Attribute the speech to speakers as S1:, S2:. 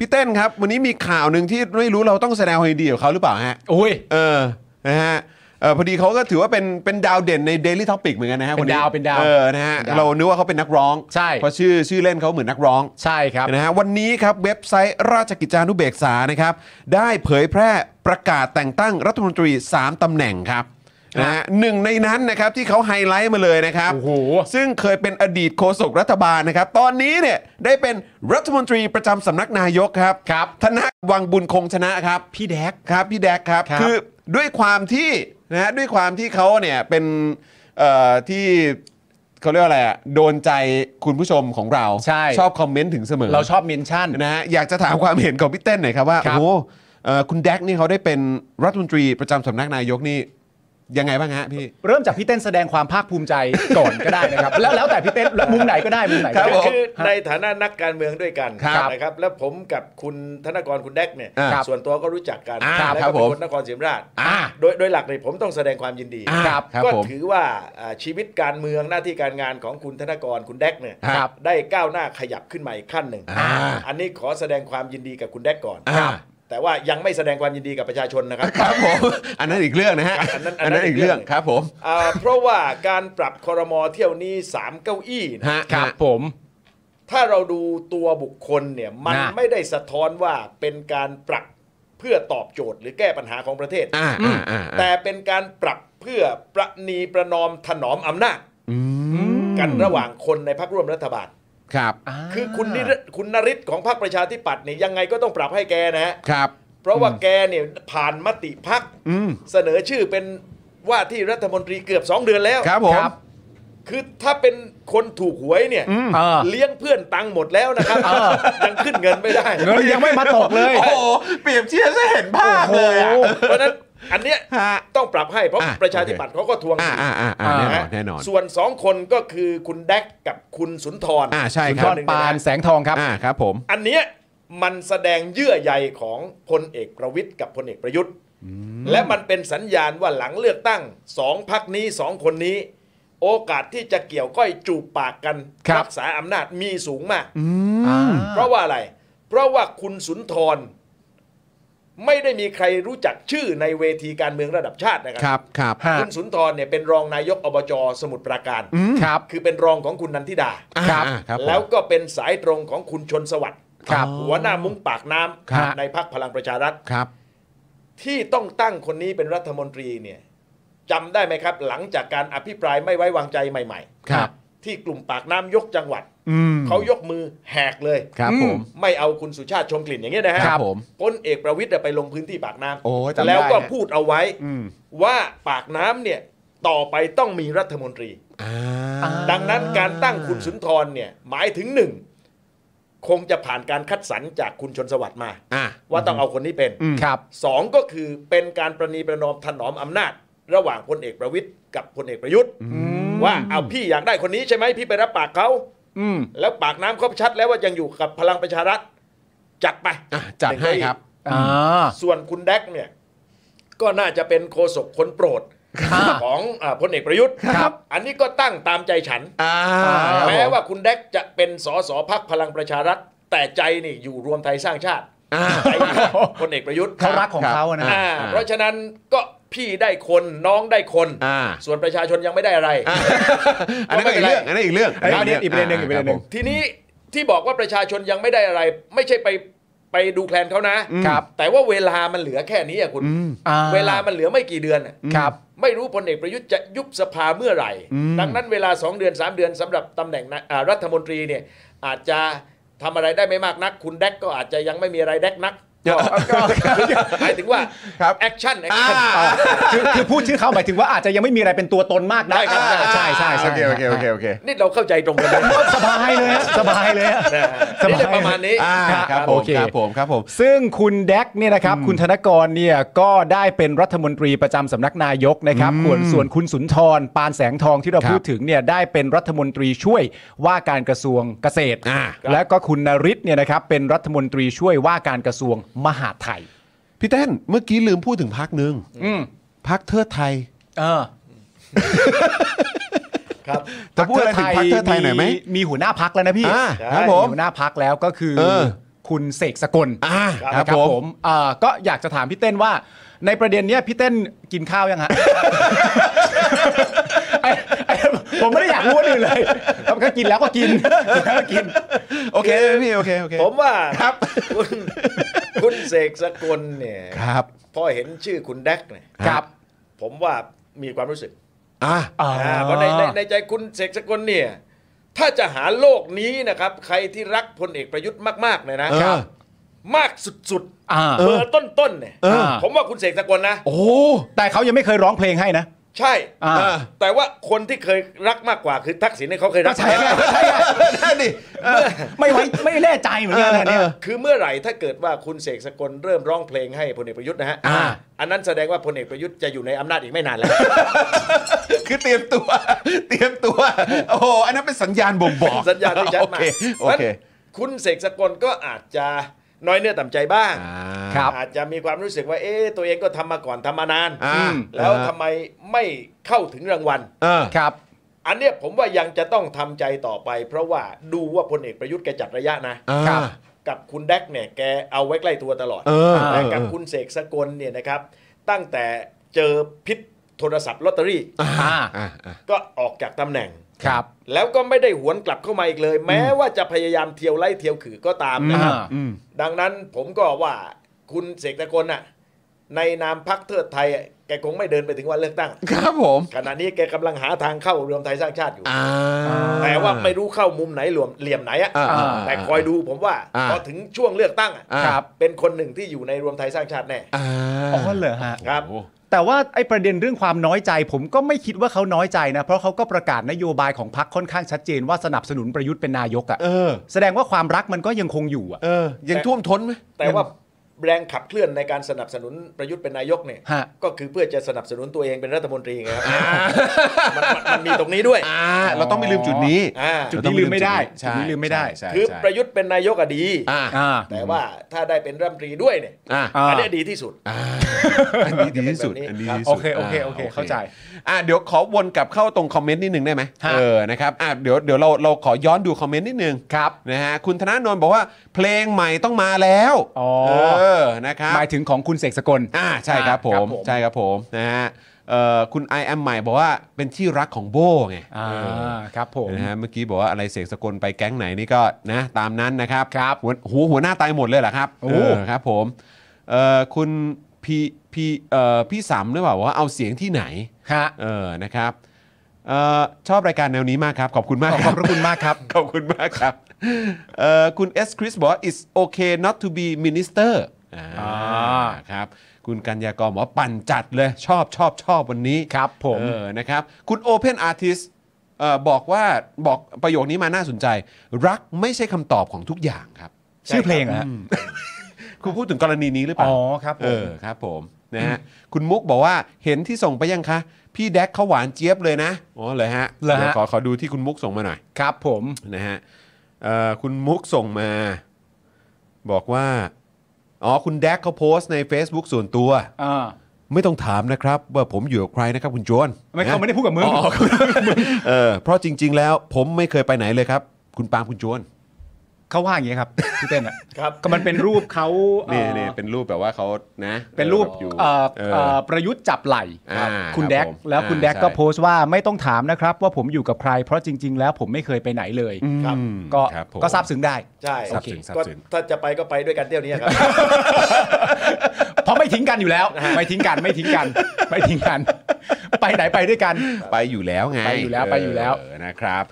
S1: พี่เต้นครับ วันนี้มีข่าวหนึ่งที่ไม่รู้เราต้องแสดงความยินดีกับเขาหรือเปล่าฮะ
S2: โอ้ย
S1: เออ นะฮะเออพอดีเขาก็ถือว่าเป็นเป็นดาวเด่นใน Daily Topic เหมือนกันนะฮะ
S2: เป็นดาวเป็นดาว
S1: เออนะฮะ
S2: เป็นดาว
S1: เรานึกว่าเขาเป็นนักร้อง
S2: ใช่
S1: เพราะชื่อชื่อเล่นเขาเหมือนนักร้อง
S2: ใช่ครับ
S1: นะฮะวันนี้ครับเว็บไซต์ราชกิจจานุเบกษานะครับได้เผยแพร่ประกาศแต่งตั้งรัฐมนตรี 3ตำแหน่งครับนะฮะหนึ่งในนั้นนะครับที่เขาไฮไลท์มาเลยนะครับ
S2: โอ้โห
S1: ซึ่งเคยเป็นอดีตโฆษกรัฐบาลนะครับ ตอนนี้เนี่ยได้เป็นรัฐมนตรีประจำสำนักนายกครับ
S2: ครับ
S1: ธนวังบุญคงชนะครับ
S2: พี่แดก
S1: ครับพี่แดกครับ
S2: ครับ
S1: คือด้วยความที่นะฮะด้วยความที่เขาเนี่ยเป็นเอ่อที่เขาเรียกว่าอะไรอ่ะโดนใจคุณผู้ชมของเรา
S2: ใช่
S1: อบคอมเมนต์ถึงเสมอ
S2: เราชอบเมนชั่น
S1: นะฮะอยากจะถามความเห็นของพี่เต้นหน่อยครับว่า
S2: ครั
S1: โอ้
S2: บ
S1: โหเอ่อคุณแดกนี่เขาได้เป็นรัฐมนตรีประจำสำนักนายกนี่ยังไงบ้างฮะพี่
S2: เริ่มจากพี่เต้นแสดงความภาคภูมิใจก่อนก็ได้นะครับ แล้วแล้วแต่พี่เต้นแล้วมุมไหนก็ได้มุมไหนก็
S1: ครับผ
S2: ได้
S1: ม
S3: คือในฐานะนักการเมืองด้วยกัน
S1: ครับ
S3: นะครับ แล้วผมกับคุณธนกรคุณแดกเนี่ย
S1: ครับ
S3: ส่วนตัวก็รู้จักกัน
S1: อ่า
S3: แล้ว
S1: ครับ
S3: ก็
S1: ผ
S3: เป็
S1: ม
S3: นคนนครศรีธรรมราช
S1: อ่า
S3: โดยโดยหลักเลยผมต้องแสดงความยินดี
S1: อ่าครับครับ
S3: ก็
S1: ผม
S3: ถือว่าอ่าชีวิตการเมืองหน้าที่การงานของคุณธนกรคุณแดกเนี่ย
S1: ครับ
S3: ได้ก้าวหน้าขยับขึ้นมาอีกขั้นหนึ่ง
S1: อ่า
S3: อันนี้ขอแสดงความยินดีกับคุณแดกก่อน
S1: อ่า
S3: แต่ว่ายังไม่แสดงความยินดีกับประชาชนนะครับ
S1: ครับผม อันนั้นอีกเรื่องนะฮะ
S3: อันนั้นอั
S1: อัน
S3: นนั้น
S1: นั้นอีกเรื่อง
S3: อีกเรื่อง
S1: ครับผม
S3: อ่าเพราะว่าการปรับคอรมอเที่ยวนี้สามเก้าอี้นะ
S1: ฮะ
S2: ครับ
S1: ฮะ
S2: ผม
S3: ถ้าเราดูตัวบุคคลเนี่ยมัน
S2: นะ
S3: ไม่ได้สะท้อนว่าเป็นการปรับเพื่อตอบโจทย์หรือแก้ปัญหาของประเทศ
S1: อ่าอ่าอ่า
S3: แต่เป็นการปรับเพื่อประนีประนอมถนอมอำนาจ
S1: อืม
S3: กันระหว่างคนในพักร่วมรัฐบาล
S1: ครับ
S3: คือคุณนิรคุณนริศของพรรคประชาธิปัตย์เนี่ยยังไงก็ต้องปรับให้แกนะฮะ
S1: ครับ
S3: เพราะว่าแกเนี่ยผ่านมติพัก
S1: อืม
S3: เสนอชื่อเป็นว่าที่รัฐมนตรีเกือบ 2 เดือนแล้ว
S1: ครับผม
S2: ครับ
S3: คือถ้าเป็นคนถูกหวยเนี่ย
S2: เออ
S3: เลี้ยงเพื่อนตังค์หมดแล้วนะครับ
S2: เออ
S3: ยังขึ้นเงินไม่ได้
S2: เงินยังไม่มาตกเลย
S1: โอ้โหเปรียบเทียบจะเห็นภาพเลยอะ
S3: เพราะฉะนั้นอันเนี้ย
S1: ฮะ
S3: ต้องปรับให้เพราะ
S1: อ่ะ
S3: ประชาธิปัตย์เขาก็ทวง
S1: อ่า
S3: สิท
S1: อ่า
S3: ธิ์
S1: อ่าอ่าแน่น
S2: อ่า
S3: นะ
S1: อนแน่นอน
S3: ส่วนสองคนก็คือคุณแดกกับคุณสุนทร
S1: อ่าใช่
S2: คุณ
S1: ค
S2: ท
S1: รั
S2: อบ ดปานแสงทองครับ
S1: อ่าครับผม
S3: อันเนี้ยมันแสดงเยื่อใยของพลเอกประวิทย์กับพลเอกประยุทธ์ และมันเป็นสัญญาณว่าหลังเลือกตั้งสองพักนี้สองคนนี้ โอกาสที่จะเกี่ยวก้อยจูบปากกัน
S2: ครับ
S3: รัษาอำนาจมีสูงมาก
S2: อ่า
S3: เพราะว่าอะไร เพราะว่าคุณสุนทร ไม่ได้มีใครรู้จักชื่อในเวทีการเมืองระดับชาตินะค
S1: ค
S3: รั
S1: รับครับ
S2: ฮะ
S3: คุณสุนทรเนี่ยเป็นรองนายกอบจสมุทรปราการ
S2: ครับ
S3: คือเป็นรองของคุณนันทิดา
S1: อ่า
S2: ครับ
S1: อ่าครับผม
S3: แล้วก็เป็นสายตรงของคุณชนสวัสดิ์
S2: ครับ
S3: หัวหน้ามุ้งปากน้
S1: ครับ
S3: ำในพักพลังประชารัฐ
S1: ครับ
S3: ที่ต้องตั้งคนนี้เป็นรัฐมนตรีเนี่ยจำได้ไหมครับ หลังจากการอภิปรายไม่ไว้วางใจใหม่ๆ
S1: ครับ
S3: ที่กลุ่มปากน้ำยกจังหวัด
S1: อืม
S3: เขายกมือแหกเลย
S1: ครับผม
S3: ไม่เอาคุณสุชาติชมกลิ่นอย่างเงี้ยนะฮะ
S1: ครับผม
S3: พลเอกประวิทย์ไปลงพื้นที่ปากน้
S1: โอ้ยจำได้
S3: ำแล้วก็พูดเอาไว้
S1: อืม
S3: ว่าปากน้ำเนี่ยต่อไปต้องมีรัฐมนตรี
S1: อ่า
S3: ดังนั้นการตั้งคุณสุนทรเนี่ยหมายถึงหนึ่ง คงจะผ่านการคัดสรรจากคุณชนสวัสดิ์มา
S1: อ่า
S3: ว่าต้องเอาคนนี้เป็น
S2: ครับ
S3: สองก็คือเป็นการประนีประนอมถนอมอำนาจ ระหว่างพลเอกประวิทย์กับพลเอกประยุทธ์ว่าเอาพี่อยากได้คนนี้ใช่ไหมพี่ไปรับปากเขา
S2: อืม
S3: แล้วปากน้ำเขาชัดแล้วว่ายังอยู่กับพลังประชารัฐจัดไป
S1: อ่ะจัดให้ครับ
S2: อ่า
S3: ส่วนคุณแดกเนี่ย ก็น่าจะเป็นโคศกคนโปรดของอาพลเอกประยุทธ์
S2: ครับ
S3: อันนี้ก็ตั้งตามใจฉัน
S1: อ่า
S2: ครับ
S3: แม้ว่าคุณแดกจะเป็นสสพักพลังประชารัฐ แต่ใจนี่อยู่รวมไทยสร้างชาติ
S1: อ่า
S3: ใจอยู่กับพลเอกประยุทธ์
S2: เขารักของ
S1: ครับ
S2: เขาอะนะ
S3: อ่า
S1: อ่า
S3: เพราะฉะนั้นก็พี่ได้คนน้องได้คน
S1: อ่า
S3: ส่วนประชาชนยังไม่ได้อะไร
S1: อันนั้นก็อีกเรื่องอันนั้นอีกเรื่อง
S2: อันนี้อีกประเด็นหนึ่งอีกประเด็นหนึ่
S1: ค
S2: ง
S1: บผม
S3: ทีนี้ที่บอกว่าประชาชนยังไม่ได้อะไร ไม่ใช่ไปไปดูแคลนเขานะครับ แต่ว่าเวลามันเหลือแค่นี้อะคุณ
S2: อ่า
S3: เวลามันเหลือไม่กี่เดือนอะ
S2: ครับ
S3: ไม่รู้พลเอกประยุทธ์จะยุบสภาเมื่อไหร่ ดังนั้นเวลา 2 เดือน 3 เดือนสำหรับตำแหน่งนะอ่ารัฐมนตรีเนี่ยอาจจะทำอะไรได้ไม่มากนัก คุณแดกก็อาจจะยังไม่มีอะไรแดกนักก็ก็หมายถึงว่า
S1: ครับ
S3: แอคชั่น
S1: อ่า
S2: คือคือพูดชื่อเขาหมายถึงว่าอาจจะยังไม่มีอะไรเป็นตัวตนมากนะ
S3: ได้ครับได้
S2: ใช่ใช่ใช่
S1: โอเคโอเคโอเคโอเค
S3: นี่เราเข้าใจตรงกันเลยนะ
S2: สบายเลยฮะสบายเลยฮะ สบาย
S3: นี่เลยประมาณนี้
S1: อ่าครับผม
S2: โอเค
S1: ครับผมครับผม
S2: ซึ่งคุณแดกเนี่ยนะครับคุณธนกรเนี่ยก็ได้เป็นรัฐมนตรีประจำสำนักนายกนะครับส่วนส่วนคุณสุนทร ปานแสงทองที่เรา
S1: ครับ
S2: พูดถึงเนี่ยได้เป็นรัฐมนตรีช่วยว่าการกระทรวงเกษตร
S1: อ่า
S2: และก็คุณนริศเนี่ยนะครับเป็นรัฐมนตรีช่วยว่าการกระทรวงมหาดไทย
S1: พี่เต้นเมื่อกี้ลืมพูดถึงพักหนึ่ง
S2: อืม
S1: พักเทิดไทย
S2: เออ
S3: ครับ
S1: จะพูดอะไรถึงพรรคเพื่อไทยหน่อยไหม
S2: มีหัวหน้าพักแล้วนะพี่
S1: อ่า
S2: ใช่
S1: ครับผม
S2: หัวหน้าพักแล้วก็คือ
S1: เออ
S2: คุณเสกสกล
S1: อ่าค
S2: นะ
S1: รับผม
S2: เอ่อก็อยากจะถามพี่เต้นว่า ในประเด็นเนี้ยพี่เต้นกินข้าวยังฮะ ไอ้ไอ้ผมไม่ได้อยากรู้อันอื่นเลยครับก็กินแล้วก็กินแล้วก็กิน
S1: โอเคพี่โอเคโอเค
S3: ผมว่า
S1: ครับ
S3: คุณคุณเสกสกลเนี่ย
S1: ครับ
S3: พอเห็นชื่อคุณแดกเนี่ย
S2: ครับ
S3: ผมว่ามีความรู้สึก
S1: อ่ะ
S2: อ่า
S3: อ่าเพราะในในในใจคุณเสกสกลเนี่ยถ้าจะหาโลกนี้นะครับ ใครที่รักพลเอกประยุทธ์มากๆเนี่ยนะ
S1: เออ
S3: ครับมากสุด
S2: อ่า
S3: ๆเบอร์ต้นๆเนี่ย
S2: เออ
S3: ผมว่าคุณเสกสกลนะ
S1: โอ้
S2: แต่เขายังไม่เคยร้องเพลงให้นะ
S3: ใช่
S2: อ่า
S1: อ่ะ
S3: แต่ว่าคนที่เคยรักมากกว่าคือทักษิณเนี่ยเขาเคยรัก
S2: ก็ใช่ไงก็ใช่ไง
S1: นั่นดิ
S2: ไม่ไว้ไม่แน่ใจเหมือนกันนะเนี่ย
S3: คือเมื่อไหร่ถ้าเกิดว่าคุณเสกสกลเริ่มร้องเพลงให้พลเอกประยุทธ์นะฮะ
S1: อ่า
S3: อันนั้นแสดงว่าพลเอกประยุทธ์จะอยู่ในอำนาจอีกไม่นานแล้ว
S1: คือเตรียมตัว เตรียมตัว โอ้โหอันนั้นเป็นสัญญาณบ่งบอก
S3: สัญญาณที่ชัด
S1: โอ
S3: มา
S1: เค
S3: ก
S1: โอเค
S3: คุณเสกสกลก็อาจจะน้อยเนื้อต่ำใจบ้าง
S1: อ่า
S2: ครับ
S3: อาจจะมีความรู้สึกว่า เอ๊ะตัวเองก็ทำมาก่อนทำมานาน
S1: อ่า
S3: แล้วทำไมไม่เข้าถึงรางวัล
S1: เออ
S2: ครับ
S3: อันเนี้ยผมว่ายังจะต้องทำใจต่อไป เพราะว่าดูว่าพลเอกประยุทธ์แกจัดระยะนะ
S1: อ่า
S2: ครับ
S3: กับคุณแดกเนี่ยแกเอาไว้ใกล้ตัวตลอด
S1: เออ
S3: แต่กับ
S1: เออ
S3: คุณเสกสกลเนี่ยนะครับ ตั้งแต่เจอพิษโทรศัพท์ลอตเตอรี่
S2: อ่า
S1: อ่ะอ่ะ
S3: ก็ออกจากตำแหน่ง
S2: ครับ
S3: แล้วก็ไม่ได้หวนกลับเข้ามาอีกเลย แม้ว่าจะพยายามเที่ยวไล่เที่ยวขือก็ตามนะครับ
S2: อ่า
S1: อืม
S3: ดังนั้นผมก็ว่าคุณเสกสกลน่ะในนามพักเทิดไทยอ่ะแกคงไม่เดินไปถึงวันเลือกตั้ง
S1: ครับผม
S3: ขณะนี้แกกำลังหาทางเข้ารวมไทยสร้างชาติอยู่
S1: อ่า
S3: แต่ว่าไม่รู้เข้ามุมไหนหลวมเหลี่ยมไหนอะ
S1: อ่าอ่า
S3: แต่คอยดูผมว่า
S1: อ่า
S3: พอถึงช่วงเลือกตั้งอะ
S1: อ่า
S2: ครับ
S3: เป็นคนหนึ่งที่อยู่ในรวมไทยสร้างชาติแน่
S1: อ่า
S2: อ๋อเหรอฮะ
S3: ครับ
S1: โอ้โห
S2: แต่ว่าไอ้ประเด็นเรื่องความน้อยใจ ผมก็ไม่คิดว่าเขาน้อยใจนะ เพราะเขาก็ประกาศนโยบายของพรรคค่อนข้างชัดเจนว่าสนับสนุนประยุทธ์เป็นนายก
S1: เอ
S2: อะ่ะ
S1: อ
S2: แสดงว่าความรักมันก็ยังคงอยู่อะ
S1: เออ ยังท่วมท้นไหม
S3: แต่ว่าแรงขับเคลื่อนในการสนับสนุนประยุทธ์เป็นนายกเนี่ย
S2: ฮะ
S3: ก็คือเพื่อจะสนับสนุนตัวเองเป็นรัฐมนตรีไงครับมันมันมันมีตรงนี้ด้วย
S1: อ่า เราต้องไม่ลืมจุดนี้
S3: อ่า
S2: จุดนี้ลืมไม่ได้
S1: ใช่
S2: จุดนี้ลืมไม่ได้
S1: ใช่
S3: คือ
S1: ใช่
S3: ประยุทธ์เป็นนายกอะดี
S1: อ่า
S2: อ่า
S3: แต่ว่าถ้าได้เป็นรัฐมนตรีด้วยเนี่ย
S1: อ่า
S2: อ่า
S3: อันเนี้ยดีที่สุด
S1: อ่าอันนี้ดีที่สุดอันนี้ดีที่สุด
S2: โอเคโอเคโอเค
S1: า
S2: เข้าใจ
S1: อ่าเดี๋ยวขอวนกลับเข้าตรงคอมเมนต์นิดนึงได้ไหม
S2: ฮะ
S1: เออนะครับอ่าเดี๋ยวเดี๋ยวเราเราขอย้อนดูคอมเมนต์นิดนึง
S2: ครับ
S1: นะฮะคุณธนาโนนบอกว่าเพลงใหม่ต้องมาแล้ว
S2: อ๋อ
S1: เออนะครับ
S2: หมายถึงของคุณเสกสกล
S1: อ่าใช่ครับผม
S2: ครับผม
S1: ใช่ครับผมนะฮะเอ่อคุณ I am ใหม่บอกว่าเป็นที่รักของโบไง
S2: อ่า
S1: เออ
S2: ครับผม
S1: นะฮะเมื่อกี้บอกว่าอะไรเสกสกลไปแก๊งไหนนี่ก็นะตามนั้นนะครับ
S2: ครับ
S1: หัวหูหัวหน้าตายหมดเลยเหรอครับ
S2: โอ้
S1: เครับผมเอ่อคุณพี่พี่เอ่อพี่สำหรือเปล่าว่าเอาเสียงที่ไหน
S2: ฮะ
S1: เออนะครับเอ่อชอบรายการแนวนี้มากครับ ขอบคุณมาก
S2: ขอบ
S1: ค
S2: ขอ
S1: รั
S2: บบ พระคุณมากครับ
S1: ขอบคุณมากครับเอ่อคุณ S. Chris บอกว่า it's okay not to be minister อ่า
S2: อ่า
S1: ครับ คุณกัญญากรบอกว่าปั่นจัดเลยชอบชอบชอบวันนี้
S2: ครับผม
S1: เออนะครับ คุณ Open Artist เอ่อบอกว่าบอกประโยคนี้มาน่าสนใจ รักไม่ใช่คำตอบของทุกอย่างครับ
S3: ใช่
S2: ชื่อเพลงเหรอฮะ
S1: คุณพูดถึงกรณีนี้หรือเปล่า
S2: อ๋อครับผ
S1: เอ
S2: ม
S1: อครับผมนะฮะคุณมุกบอกว่าเห็นที่ส่งไปยังคะ พี่แดกเขาหวานเจี๊ยบเลยนะอ๋อเลยฮะเดี๋ยวขอขอดูที่คุณมุกส่งมาหน่อย
S2: ครับผม
S1: นะฮะเอ่อคุณมุกส่งมา บอกว่า อ๋อ คุณแดกเขาโพสต์ใน Facebook ส่วนตัว
S2: อ่า
S1: ไม่ต้องถามนะครับว่าผมอยู่กับใครนะครับคุณโจน
S2: ไม่เขาไม่ได้พูดกับมึง
S1: อ๋อ อ๋อเออเพราะจริง ๆ แล้วผมไม่เคยไปไหนเลยครับ คุณปาล์มคุณโจน
S2: เขาว่าอย่างเงี้ยครับพี่เต้นอ่ะ
S3: ครับ
S2: ก็มันเป็นรูปเขา
S1: นี่
S2: เอ่อ
S1: นี่เป็นรูปแบบว่าเขานะ
S2: เป็นรูป
S1: อยู่
S2: เอ่อ
S1: เอ
S2: เอ่อ
S1: อ
S2: ประยุทธ์จับไหล่
S1: ครับ
S2: คุณ
S1: ครับ
S2: แดก
S1: ผม
S2: แล้วคุณ
S1: อ่า
S2: แดกก็
S1: ใช่
S2: โพสต์ว่าไม่ต้องถามนะครับ ว่าผมอยู่กับใคร เพราะจริง ๆ แล้วผมไม่เคยไปไหนเลย
S3: ครับ
S1: ม
S2: ก็
S1: ครับผม
S2: ก็ทราบซึ้งได้
S3: ใช่
S1: ทราบถึงทราบ
S3: ก็
S1: ถึง
S3: ถ้าจะไปก็ไปด้วยกันเที่ยวนี้ครับ
S2: เพราะไม่ทิ้งกันอยู่แล้ว ไม่ทิ้งกันไม่ทิ้งกัน ไม่ทิ้งกัน ไปไหนไปด้วยกัน
S1: ไปอยู่แล้วไง
S2: ไปอยู่แล้วไปอยู่แล้ว
S1: เนะครับ